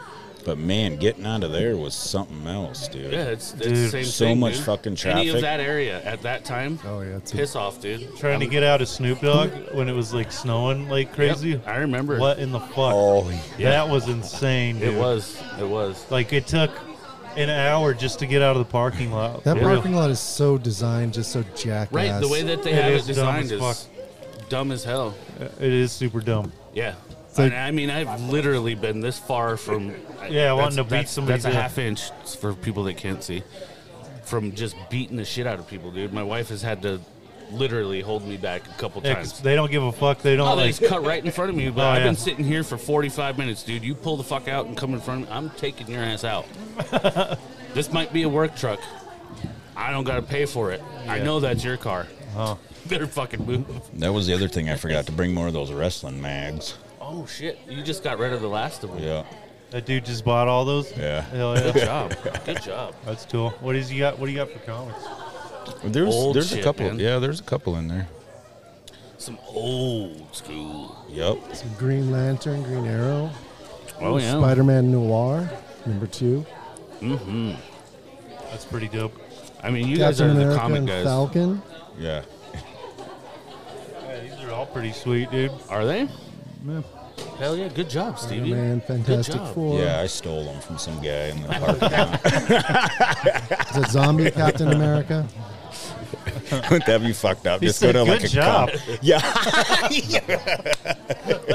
But man, getting out of there was something else, dude.
Yeah, it's, it's
Dude,
the same
so
thing,
much
dude.
fucking
Any
traffic.
of that area at that time?
Oh, yeah, it's a-
piss off, dude.
Trying to
I'm-
get out of Snoop Dogg when it was like snowing like crazy.
Yep, I remember.
What in the fuck?
Oh,
That was insane,
It
dude.
was. It was.
Like it took an hour just to get out of the parking lot.
That
For real.
parking lot is so designed, just so jackass.
Right, the way that they
It
have
is
it
dumb
designed
as
is dumb as hell.
It is super dumb.
Yeah.
like-
And I mean, I've literally been this far from. I-
Yeah, wanting
that's-
to beat
that's-
somebody's
That's a
ass.
half inch for people that can't see. From just beating the shit out of people, dude. My wife has had to literally hold me back a couple
Yeah, 'cause
times.
they don't give a fuck. They don't
Oh, they
like.
just cut right in front of me. But
Oh,
I've
yeah.
been sitting here for 45 minutes, dude. You pull the fuck out and come in front of me. I'm taking your ass out. this might be a work truck. I don't got to pay for it. I
Yeah.
know that's your car.
Oh.
Better fucking move.
That was the other thing I forgot to bring more of those wrestling mags.
Oh, shit. You just got rid of the last of them.
Yeah.
That dude just bought all those.
Yeah.
Hell
Good
yeah.
job. Good job.
That's cool. What is you got? What do you got for comics?
There's
Old
there's a
shit,
couple.
man.
Yeah, there's a couple in there.
Some old school.
Yep.
Some Green Lantern, Green Arrow,
Oh, yeah.
Spider Man Noir, number two,
That's pretty dope.
I mean, you guys
Captain
are the
America
comic
and
guys.
Falcon.
Yeah.
Yeah, these are all pretty sweet, dude.
Are they? Hell yeah. Good job, Stevie.
Man, Fantastic
job.
Four.
Yeah, I stole them from some guy in the parking lot.
Is it Zombie Captain America?
Wouldn't that be fucked up?
He
Just go
said,
to like
"Good
a
job."
con- Yeah.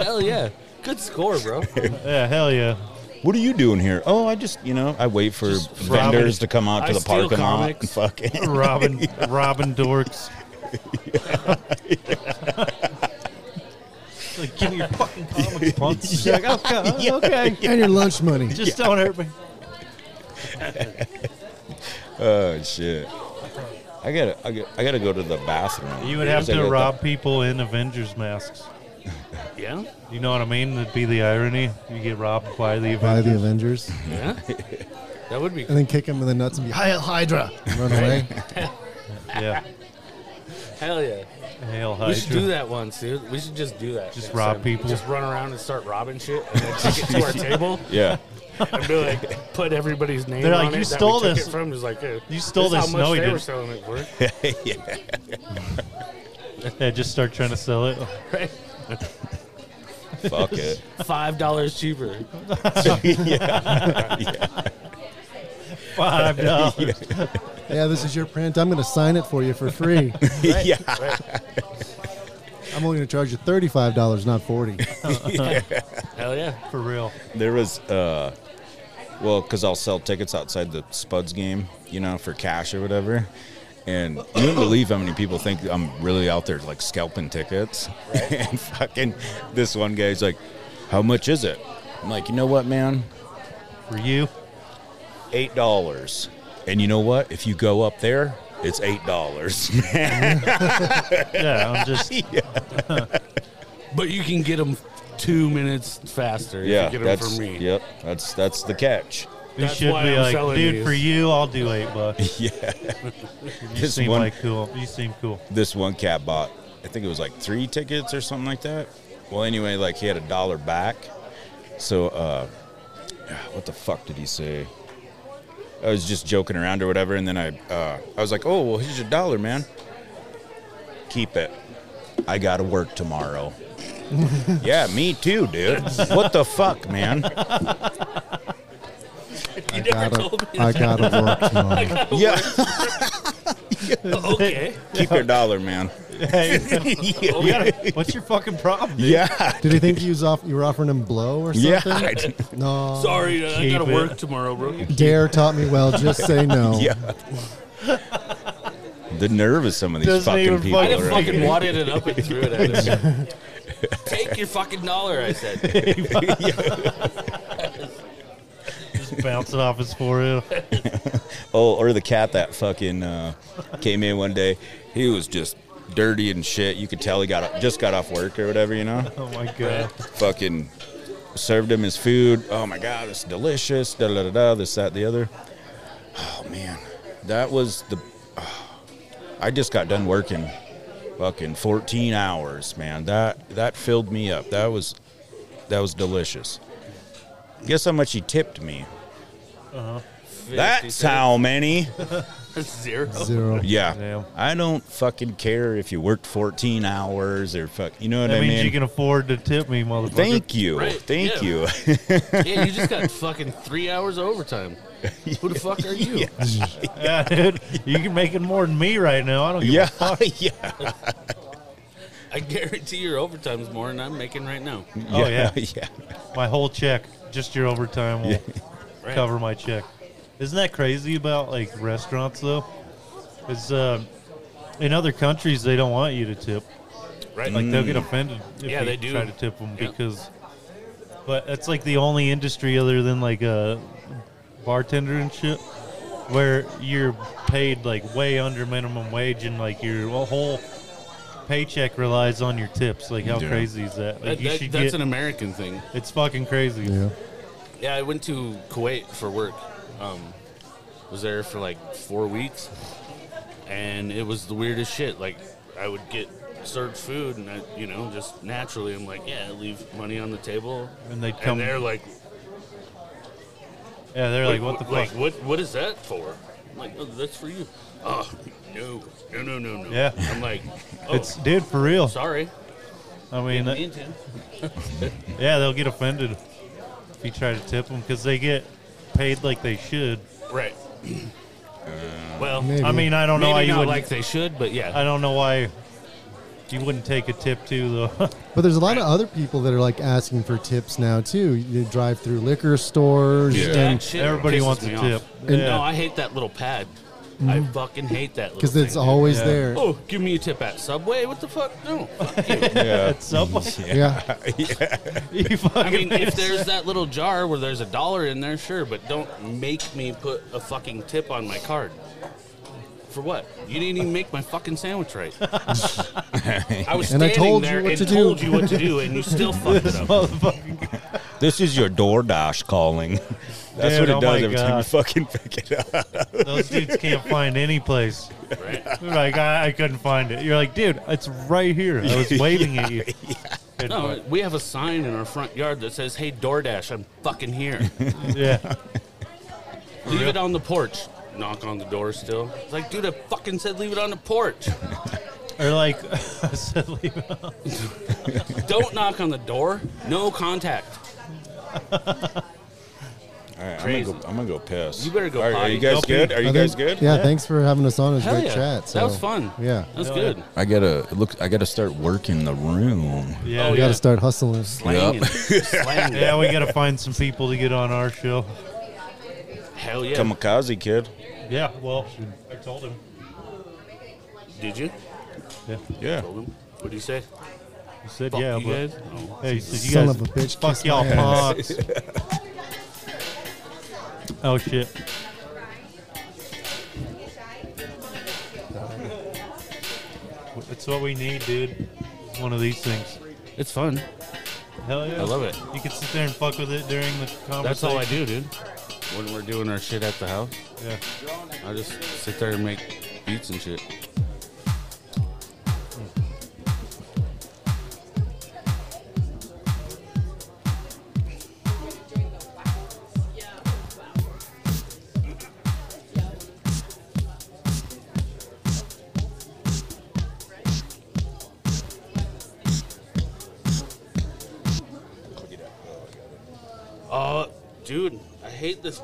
Hell yeah. Good score, bro.
Yeah, hell yeah.
What are you doing here? Oh, I just, you know, I wait for
Just
vendors
robbing-
to come out to
I
the
steal
parking lot
comics.
and fucking.
Robin, Robin Dorks. like, give me your fucking comics, punks. Like, okay, okay.
And your lunch money.
Just don't hurt me.
Oh shit! I gotta, I gotta, I gotta go to the bathroom.
You would
Because
have
I
to
got
rob people in Avengers masks.
Yeah.
You know what I mean? That'd be the irony. You get robbed by the
By
Avengers.
the Avengers.
Yeah. That would be
And then kick him in the nuts and be, Hail Hydra! And run away.
yeah.
Hell yeah.
Hail
We should
Hydra.
do that once, dude. We should just do that.
uh, Just
next
rob
time.
people.
Just run around and start robbing shit, and then take it to our table
the- Yeah,
and be like, put everybody's name.
They're like,
on
"You
it that we
stole
took
this.
It from It's like, hey,
You stole
is
this."
How much
No, he
they were
didn't.
selling it for?
Yeah, just start trying to sell it.
Right?
fuck it.
Five dollars cheaper.
Five dollars.
yeah, this is your print. I'm going to sign it for you for free.
yeah,
I'm only going to charge you $35, not 40
Hell yeah.
For real.
there was, uh, well, because I'll sell tickets outside the Spuds game, you know, for cash or whatever. And you wouldn't believe how many people think I'm really out there like scalping tickets. and fucking, this one guy's like, "How much is it?" I'm like, "You know what, man?
For you.
eight dollars. And you know what? If you go up there, it's eight dollars.
Yeah, I'm just.
But you can get them two minutes faster.
yeah,
if you get them
that's
for me.
yep. That's that's the catch.
We
That's
should
why
be
I'm
like,
selling
dude,
these."
for you, I'll do eight bucks.
Yeah,
You
This
seem
one-
like cool. You seem cool.
this one cat bought. I think it was like three tickets or something like that. Well, anyway, like he had a dollar back. So, uh, what the fuck did he say? I was just joking around or whatever, and then I, uh, I was like, "Oh, well, here's your dollar, man. Keep it. I gotta work tomorrow." yeah, me too, dude. What the fuck, man?
I
You never
gotta,
told me.
I gotta work tomorrow.
Yeah,
okay.
keep your dollar, man.
Hey, you gotta- what's your fucking problem? dude?
Yeah,
Did he think he was off, you were offering him blow or something?
yeah, I did.
No.
Sorry, uh, I
Keep
gotta
it.
work tomorrow, bro.
Dare taught me well. Just say no.
yeah. The nerve of some of these
Doesn't
fucking
even
people.
I just
Alright.
right?
fucking wadded it up and threw it at him. Take your fucking dollar, I said.
Just bouncing off his forehead.
Oh, or the cat that fucking uh, came in one day. He was just dirty and shit. You could tell he got just got off work or whatever, you know.
Oh my god.
Fucking served him his food. Oh my god, it's delicious. Da da da da. This that the other. Oh man, that was the. oh. I just got done working, fucking fourteen hours, man. That that filled me up. That was that was delicious. Guess how much he tipped me? That's how many.
Zero.
Zero.
Yeah.
Damn.
I don't fucking care if you worked 14 hours or fuck. You know what
That
I
means
mean?
you can afford to tip me, motherfucker.
Thank you.
Right,
Thank
yeah.
you.
Yeah, you just got fucking three hours of overtime. Who the fuck are you?
Yeah, dude. You can make it more than me right now. I don't give
yeah. yeah.
I guarantee your overtime's more than I'm making right now.
Oh, yeah.
Yeah.
a, my whole check. Just your overtime will
Right.
cover my check. Isn't that crazy about like restaurants though? It's uh, In other countries, they don't want you to tip.
right?
Like they'll get offended if
Yeah,
you
they do.
try to tip them
Yeah.
because. But it's like the only industry other than like a bartender and shit where you're paid like way under minimum wage and like your whole paycheck relies on your tips. Like how
Yeah.
crazy is that? Like
That-
you
that-
should
that's
get.
an American thing.
it's fucking crazy.
Yeah.
Yeah, I went to Kuwait for work. Um, was there for like four weeks, and it was the weirdest shit. Like, I would get served food, and I, you know, just naturally, I'm like, yeah, leave money on the table,
And they'd come-
and they're like,
Yeah, they're like, what the
like,
fuck?
what what is that for? I'm like, oh, that's for you. Oh no, no, no, no, no.
Yeah.
I'm like, oh,
It's dude for real.
sorry.
I mean, that-
Mean to.
yeah, they'll get offended if you try to tip them because they get paid like they should.
Right. well,
Maybe.
I mean, Uh, I don't know why
maybe
you
not
wouldn't.
like they should, but yeah.
I don't know why you wouldn't take a tip too, though.
But there's a lot of other people that are like asking for tips now too. You drive through liquor stores
Dude, that
and
shit
Everybody
pisses
wants a
me
tip. Mm-hmm.
off.
And-
No, I hate that little pad. I fucking hate that little.
because it's
thing, dude.
always
Yeah.
there.
Oh, give me a tip at Subway. What the fuck? No. Fuck you.
Yeah.
At Subway,
Yeah.
you fucking
I mean, if there's that little jar where there's a dollar in there, sure, but don't make me put a fucking tip on my card. For what? You didn't even make my fucking sandwich right. I was
And I
standing
told you
there
what
and
to do.
told you what to do, and you still fucked it up.
motherfucking
This is your DoorDash calling. That's what
Dude,
it
oh
does
my
every time you
God.
fucking pick it up.
those dudes can't find any place.
Right?
They're like, I, I couldn't find it. You're like, dude, it's right here. I was waving at you. Good
No,
point.
we have a sign in our front yard that says, "Hey DoorDash, I'm fucking here."
yeah.
Leave it on the porch. Knock on the door still. It's like, dude, I fucking said leave it on the porch.
Or like, I said, leave it on.
Don't knock on the door. No contact.
All right, I'm
Crazy.
gonna go. I'm gonna go piss.
You better go
All right, are
potty.
you guys
Go pee.
good? Are you
I
guys
think-
good?
Yeah, Thanks for having us on. It was a
Hell
great
yeah.
chat. So.
That was fun.
Yeah.
That was
Hell
good.
yeah.
I gotta look. I gotta start working the room.
Yeah,
Oh,
We
yeah.
got to start hustling.
Slang
Yep.
and- slang.
Yeah, we gotta find some people to get on our show.
Hell yeah.
Kamikaze kid.
Yeah, well, I told him.
Did you?
Yeah,
Yeah.
Told him. What do you say?
he said
Fuck
yeah,
you
but
guys. Oh.
hey, he said you
Son
guys
of a bitch,
fuck
kiss
y'all
my ass.
punks. oh shit, that's what we need, dude. One of these things.
It's fun.
Hell yeah,
I love it.
You can sit there and fuck with it during the conversation.
That's all I do, dude. When we're doing our shit at the house,
Yeah,
I just sit there and make beats and shit. Oh, dude, I hate this